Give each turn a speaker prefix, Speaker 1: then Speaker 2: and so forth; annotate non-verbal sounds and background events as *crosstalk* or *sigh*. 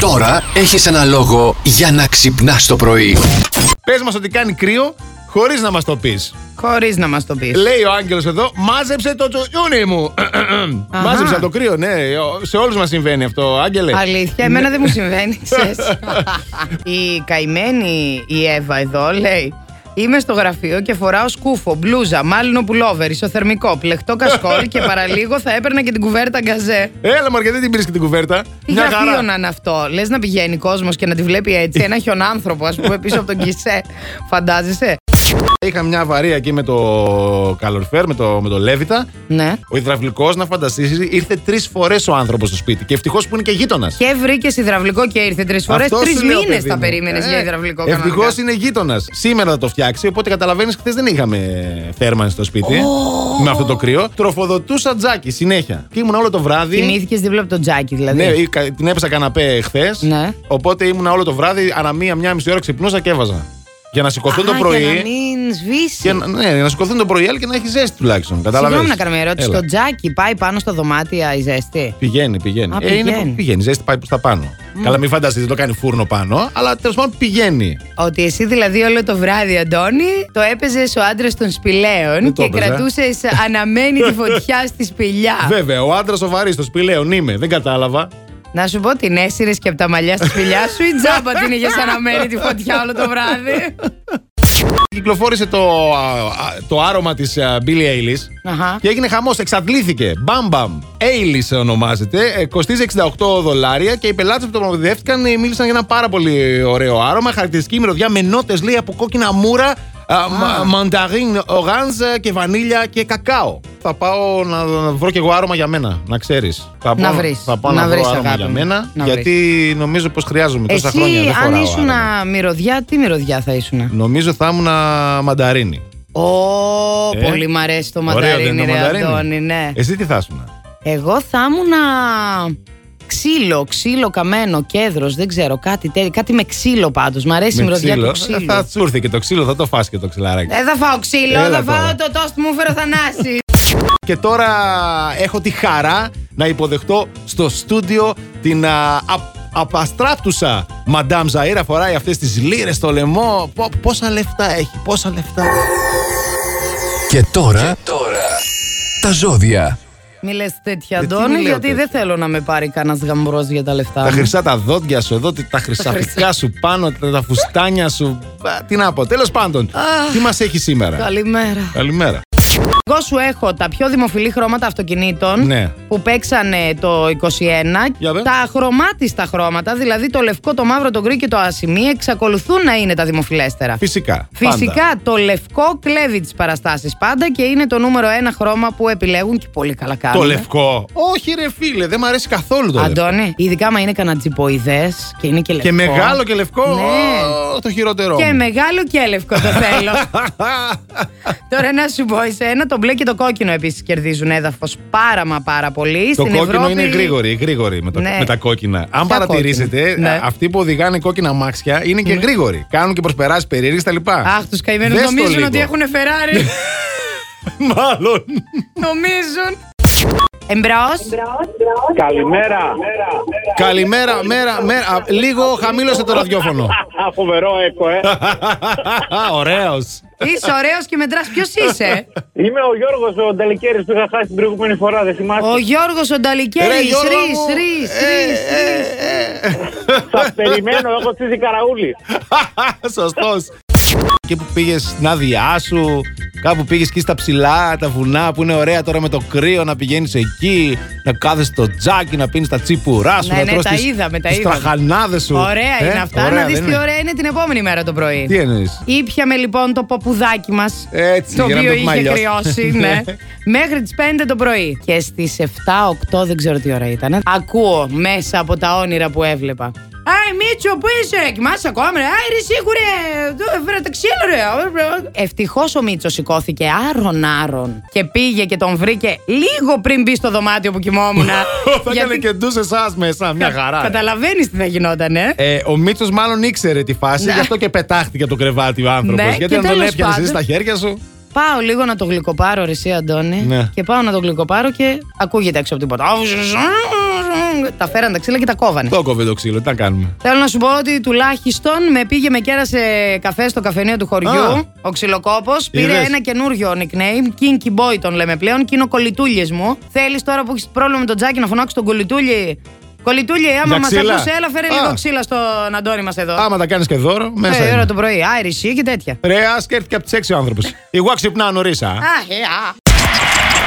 Speaker 1: Τώρα έχεις ένα λόγο για να ξυπνάς το πρωί.
Speaker 2: Πες μας ότι κάνει κρύο χωρίς να μας το πεις.
Speaker 3: Χωρίς να μας το πεις.
Speaker 2: Λέει ο Άγγελος εδώ, μάζεψε το τσουτιούνι μου.
Speaker 3: Αχα.
Speaker 2: Μάζεψα το κρύο, ναι. Σε όλους μας συμβαίνει αυτό, Άγγελε.
Speaker 3: Αλήθεια, εμένα δεν μου συμβαίνει. ξέρεις. η καημένη η Εύα εδώ λέει. Είμαι στο γραφείο και φοράω σκούφο, μπλούζα, μάλινο πουλόβερ, ισοθερμικό, πλεκτό κασκόλ και παραλίγο θα έπαιρνα και την κουβέρτα γκαζέ.
Speaker 2: Έλα, Μαρία, δεν την πήρες και την κουβέρτα.
Speaker 3: Τι γραφείο να είναι αυτό. Λες να πηγαίνει κόσμος και να τη βλέπει έτσι, ένα χιονάνθρωπο, ας πούμε, πίσω από τον κισέ. Φαντάζεσαι.
Speaker 2: Είχα μια αβαρία εκεί με το καλορφέρ, με το, με το Λέβιτα.
Speaker 3: Ναι.
Speaker 2: Ο υδραυλικός, να φανταστείς, ήρθε τρεις φορές ο άνθρωπος στο σπίτι. Και ευτυχώς που είναι και γείτονας.
Speaker 3: Και βρήκε υδραυλικό και ήρθε τρεις φορές. Τρει μήνε τα περίμενες για υδραυλικό κανονικά.
Speaker 2: Ευτυχώς Ε, είναι γείτονας. Σήμερα θα το φτιάξει, οπότε καταλαβαίνεις χθες δεν είχαμε θέρμανση στο σπίτι. Με αυτό το κρύο. Τροφοδοτούσα τζάκι συνέχεια. Και ήμουν όλο το βράδυ.
Speaker 3: Κοιμήθηκες δίπλα από τον Τζάκι, δηλαδή.
Speaker 2: Ναι, ή κα- την έπεσα καναπέ χθες.
Speaker 3: Ναι.
Speaker 2: Οπότε ήμουν όλο το βράδυ, ανά μία, μία μισή ώρα ξυπνούσα και έβαζα. Για να σηκωθούν
Speaker 3: Α,
Speaker 2: το πρωί.
Speaker 3: Για να μην σβήσει.
Speaker 2: για να- ναι, για να σηκωθούν το πρωί, αλλά και να έχει ζέστη τουλάχιστον. Καταλαβαίνεις.
Speaker 3: Συγγνώμη να κάνω μια ερώτηση.
Speaker 2: Έλα.
Speaker 3: Το τζάκι πάει πάνω στα δωμάτια η ζέστη.
Speaker 2: Πηγαίνει, πηγαίνει.
Speaker 3: Α,
Speaker 2: Ε, είναι-
Speaker 3: πηγαίνει.
Speaker 2: πηγαίνει. Ζέστη πάει προ τα πάνω. Καλά, μην φανταστείτε, δεν το κάνει φούρνο πάνω, αλλά τέλος πάντων πηγαίνει.
Speaker 3: Ότι εσύ δηλαδή όλο το βράδυ, Αντώνη, το έπαιζες ο άντρας των σπηλαίων
Speaker 2: Δεν το
Speaker 3: και
Speaker 2: έπαιζα.
Speaker 3: κρατούσες
Speaker 2: *laughs*
Speaker 3: αναμένη τη φωτιά στη σπηλιά.
Speaker 2: Βέβαια, ο άντρας ο βαρύς, το σπηλαίων είμαι, ναι, δεν κατάλαβα.
Speaker 3: Να σου πω, την έσυρες και από τα μαλλιά στη σπηλιά σου ή τζάμπα την είχε αναμένη τη φωτιά όλο το βράδυ.
Speaker 2: Κυκλοφόρησε το, α, α, το άρωμα της Billie Eilish.
Speaker 3: Αχα.
Speaker 2: Και έγινε χαμός, εξαντλήθηκε. Μπαμ μπαμ. Έιλι ονομάζεται. Ε, κοστίζει 68 δολάρια και οι πελάτες που το προμηθεύτηκαν ε, μίλησαν για ένα πάρα πολύ ωραίο άρωμα. Χαρακτηριστική μυρωδιά με νότες λέει από κόκκινα μούρα, α, μα- μανταρίν, οράνζ ε, και βανίλια και κακάο. Θα πάω να, να βρω κι εγώ άρωμα για μένα, να ξέρεις. Θα
Speaker 3: Να
Speaker 2: πάω-
Speaker 3: βρεις.
Speaker 2: Θα πάω
Speaker 3: Να
Speaker 2: να, βρω
Speaker 3: βρεις,
Speaker 2: άρωμα
Speaker 3: αγάπη
Speaker 2: για
Speaker 3: μου.
Speaker 2: μένα,
Speaker 3: Να
Speaker 2: γιατί νομίζω πως χρειάζομαι τόσα
Speaker 3: Εσύ,
Speaker 2: χρόνια. Δεν
Speaker 3: αν
Speaker 2: φοράω
Speaker 3: ήσουν
Speaker 2: άρωμα.
Speaker 3: μυρωδιά, τι μυρωδιά θα ήσουν.
Speaker 2: Νομίζω θα ήμουν α, μανταρίνι.
Speaker 3: Ω,
Speaker 2: Ε,
Speaker 3: πολύ μ' αρέσει το
Speaker 2: ωραίο δεν
Speaker 3: μανταρίνι,
Speaker 2: είναι το
Speaker 3: ρε
Speaker 2: μανταρίνι?
Speaker 3: Αντώνη, ναι.
Speaker 2: Εσύ τι θα ήσουν.
Speaker 3: Εγώ θα ήμουν ξύλο, ξύλο καμένο, κέντρο, δεν ξέρω, κάτι τέτοιο. Κάτι με ξύλο πάντως. Μ' αρέσει η
Speaker 2: Με
Speaker 3: μυρωδιά
Speaker 2: ξύλο. Ε,
Speaker 3: του ξύλου.
Speaker 2: Θα σου έρθει και το ξύλο, θα το φας και το ξυλαράκι.
Speaker 3: Δεν θα φάω ξύλο,
Speaker 2: Έλα
Speaker 3: θα φάω
Speaker 2: τώρα.
Speaker 3: το τόστ μου φέρω
Speaker 2: *laughs*
Speaker 3: θανάση.
Speaker 2: Και τώρα έχω τη χαρά να υποδεχτώ στο στούντιο την α, απ- απαστράπτουσα Μαντάμ Ζαΐρα. Φοράει αυτές τις λύρες στο λαιμό. Πο- πόσα λεφτά έχει, πόσα λεφτά.
Speaker 1: Και τώρα, τα ζώδια.
Speaker 3: Μη λες τέτοια,
Speaker 2: Γιατί
Speaker 3: Αντώνη,
Speaker 2: μη λέω
Speaker 3: γιατί δεν
Speaker 2: τέτοια.
Speaker 3: θέλω να με πάρει κανένας γαμπρό για τα λεφτά.
Speaker 2: Τα
Speaker 3: μου.
Speaker 2: χρυσά τα δόντια σου εδώ, τα χρυσαφικά σου πάνω, τα, τα φουστάνια σου. Α, Τι να πω, τέλος πάντων. Τι μας έχει σήμερα.
Speaker 3: Καλημέρα.
Speaker 2: Καλημέρα.
Speaker 3: Εγώ σου έχω τα πιο δημοφιλή χρώματα αυτοκινήτων
Speaker 2: Ναι.
Speaker 3: που παίξανε το 21.
Speaker 2: Για δε.
Speaker 3: Τα χρωμάτιστα χρώματα, δηλαδή το λευκό, το μαύρο, το γκρι και το ασημί, εξακολουθούν να είναι τα δημοφιλέστερα.
Speaker 2: Φυσικά. πάντα.
Speaker 3: Φυσικά το λευκό κλέβει τις παραστάσεις πάντα και είναι το νούμερο ένα χρώμα που επιλέγουν και πολύ καλά κάνουν.
Speaker 2: Το λευκό. Όχι ρε φίλε, δεν μου αρέσει καθόλου το λευκό.
Speaker 3: Αντώνη, ειδικά μα είναι κανατζιποειδές και είναι και λευκό.
Speaker 2: Και μεγάλο και λευκό,
Speaker 3: Ναι.
Speaker 2: ο, το χειρότερό
Speaker 3: Και
Speaker 2: μου. *laughs*
Speaker 3: μεγάλο και λευκό το θέλω. Τώρα να σου πω, σε ένα το μπλε και το κόκκινο επίσης κερδίζουν έδαφος πάρα μα πάρα πολύ.
Speaker 2: Το
Speaker 3: Στην
Speaker 2: κόκκινο
Speaker 3: Ευρώπη...
Speaker 2: είναι γρήγοροι, γρήγοροι με, το-
Speaker 3: Ναι.
Speaker 2: με τα κόκκινα. Αν
Speaker 3: Ποια
Speaker 2: παρατηρήσετε,
Speaker 3: κόκκινα? Ναι.
Speaker 2: αυτοί που οδηγάνε κόκκινα αμάξια είναι και γρήγοροι. Κάνουν και προσπεράσει περίεργε τα λοιπά.
Speaker 3: Αχ, τους καημένους
Speaker 2: Δες το
Speaker 3: νομίζουν
Speaker 2: λίγο.
Speaker 3: ότι έχουν Ferrari.
Speaker 2: *laughs* Μάλλον.
Speaker 3: νομίζουν. Εμπραό.
Speaker 4: Καλημέρα.
Speaker 2: Καλημέρα, μέρα, μέρα. Α, Λίγο χαμήλωσε το ραδιόφωνο.
Speaker 4: Α, Φοβερό έκο, ε.
Speaker 2: Ωραίος.
Speaker 3: Είσαι ωραίος και μετράς. Ποιος
Speaker 2: *laughs*
Speaker 3: είσαι,
Speaker 4: Είμαι ο Γιώργος ο Νταλικέρης που είχα χάσει την προηγούμενη φορά, δεν
Speaker 3: Ο
Speaker 4: θυμάστε.
Speaker 3: Γιώργος ο
Speaker 2: Ρε,
Speaker 3: Νταλικέρη.
Speaker 2: Γιώργο
Speaker 3: Ρι,
Speaker 2: μου. Ε,
Speaker 3: ρι, ρι.
Speaker 4: Σας περιμένω, έχω στήσει καραούλη.
Speaker 2: *laughs* Σωστός. Και που πήγες στην άδειά σου, κάπου πήγες εκεί στα ψηλά, τα βουνά που είναι ωραία τώρα με το κρύο να πηγαίνεις εκεί, να κάθεσαι στο τζάκι, να πίνεις τα τσίπουρά σου,
Speaker 3: Ναι,
Speaker 2: να
Speaker 3: ναι,
Speaker 2: τρως
Speaker 3: τα
Speaker 2: τις-
Speaker 3: είδαμε, τα
Speaker 2: τις
Speaker 3: είδαμε.
Speaker 2: τραχανάδες σου.
Speaker 3: Ωραία
Speaker 2: Ε,
Speaker 3: είναι αυτά.
Speaker 2: ωραία,
Speaker 3: Να δεις
Speaker 2: δεν
Speaker 3: τι
Speaker 2: είναι.
Speaker 3: ωραία είναι την επόμενη μέρα το πρωί.
Speaker 2: Τι εννοείς.
Speaker 3: *laughs* Ήπιαμε λοιπόν το ποπουδάκι μας.
Speaker 2: Έτσι,
Speaker 3: Το
Speaker 2: για να
Speaker 3: οποίο
Speaker 2: το πούμε
Speaker 3: είχε
Speaker 2: αλλιώς. *laughs*
Speaker 3: κρυώσει, ναι. Μέχρι τις 5 το πρωί. Και στις 7-8, δεν ξέρω τι ώρα ήταν. Ακούω μέσα από τα όνειρα που έβλεπα. Άι, Μίτσο, πού είσαι, κοιμάσαι ακόμα, ρε. Άι, ρε, σίγουρε. Το έφερα το ξύλο, ρε. Ευτυχώς ο Μίτσος σηκώθηκε άρον-άρον και πήγε και τον βρήκε λίγο πριν μπει στο δωμάτιο που κοιμόμουν.
Speaker 2: *laughs* Θα έκανε και ντους εσάς μέσα, μια χαρά.
Speaker 3: Καταλαβαίνεις τι θα γινόταν, ε.
Speaker 2: Ε, ο Μίτσος μάλλον ήξερε τη φάση, γι' αυτό και πετάχτηκε από το κρεβάτι ο άνθρωπος.
Speaker 3: Ναι, και
Speaker 2: Γιατί αν τον
Speaker 3: τέλος
Speaker 2: έπιανε εσύ
Speaker 3: πάντων-
Speaker 2: στα χέρια σου.
Speaker 3: Πάω λίγο να το γλυκοπάρω, ρε εσύ, Αντώνη.
Speaker 2: Ναι.
Speaker 3: Και πάω να το γλυκοπάρω και ακούγεται έξω από την πόρτα. Τα φέραν τα ξύλα και τα κόβανε.
Speaker 2: Το κόβε το ξύλο, τι να κάνουμε.
Speaker 3: Θέλω να σου πω ότι τουλάχιστον με πήγε με κέρασε καφέ στο καφενείο του χωριού.
Speaker 2: Α.
Speaker 3: Ο ξυλοκόπος
Speaker 2: Είδες.
Speaker 3: πήρε ένα καινούριο nickname. Kinky Boy τον λέμε πλέον και είναι ο κολυτούλιε μου. Θέλεις τώρα που έχεις πρόβλημα με τον Τζάκι να φωνάξει τον κολυτούλι. Κολυτούλι, άμα
Speaker 2: Για
Speaker 3: μας
Speaker 2: ξύλα.
Speaker 3: ακούσει, έλα φέρε
Speaker 2: Α.
Speaker 3: λίγο ξύλα στον Αντώνη μας εδώ.
Speaker 2: Άμα τα κάνεις και δώρο, μέσα.
Speaker 3: Ε, η
Speaker 2: είναι.
Speaker 3: ώρα το πρωί. Άιριση και τέτοια.
Speaker 2: Ρε, α και έρθει και από τι 6 ο άνθρωπος. Εγώ ξυπνάω νωρίς, α.
Speaker 3: Αχ, ε, α.